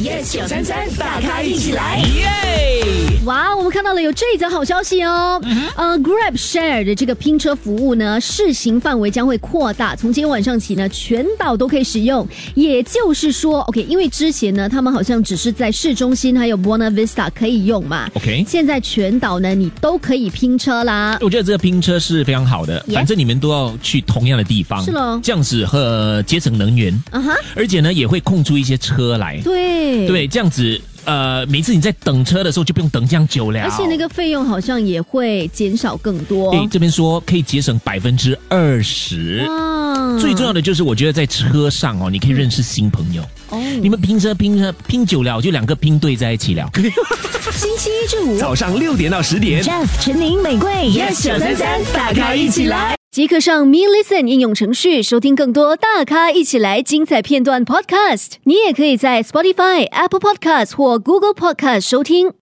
yes 九三三，大咖一起来。耶！哇，我们看到了有这一则好消息哦。嗯呃，Grab Share 的这个拼车服务呢，试行范围将会扩大，从今天晚上起呢，全岛都可以使用。也就是说，OK，因为之前呢，他们好像只是在市中心还有 Buena Vista 可以用嘛。 OK 现在全岛呢，你都可以拼车啦。我觉得这个拼车是非常好的 Yeah 反正你们都要去同样的地方，是咯这样子和节省能源，啊哈，而且呢也会空出一些车来，对。对，这样子呃，每次你在等车的时候就不用等这样久了，而且那。个费用好像也会减少更多。诶，这边说可以节省百分之二十，哇最重要的就是我觉得在车上哦，你可以认识新朋友。哦，你们拼车拼车拼久了，就两个拼对在一起了。星期一至 五早上六点到十点。 Jeff 陈宁玫瑰 yes 九三三，大咖一起来。即刻上 Me Listen 应用程序收听更多大咖一起来精彩片段 Podcast。你也可以在 Spotify、Apple Podcast 或 Google Podcast 收听。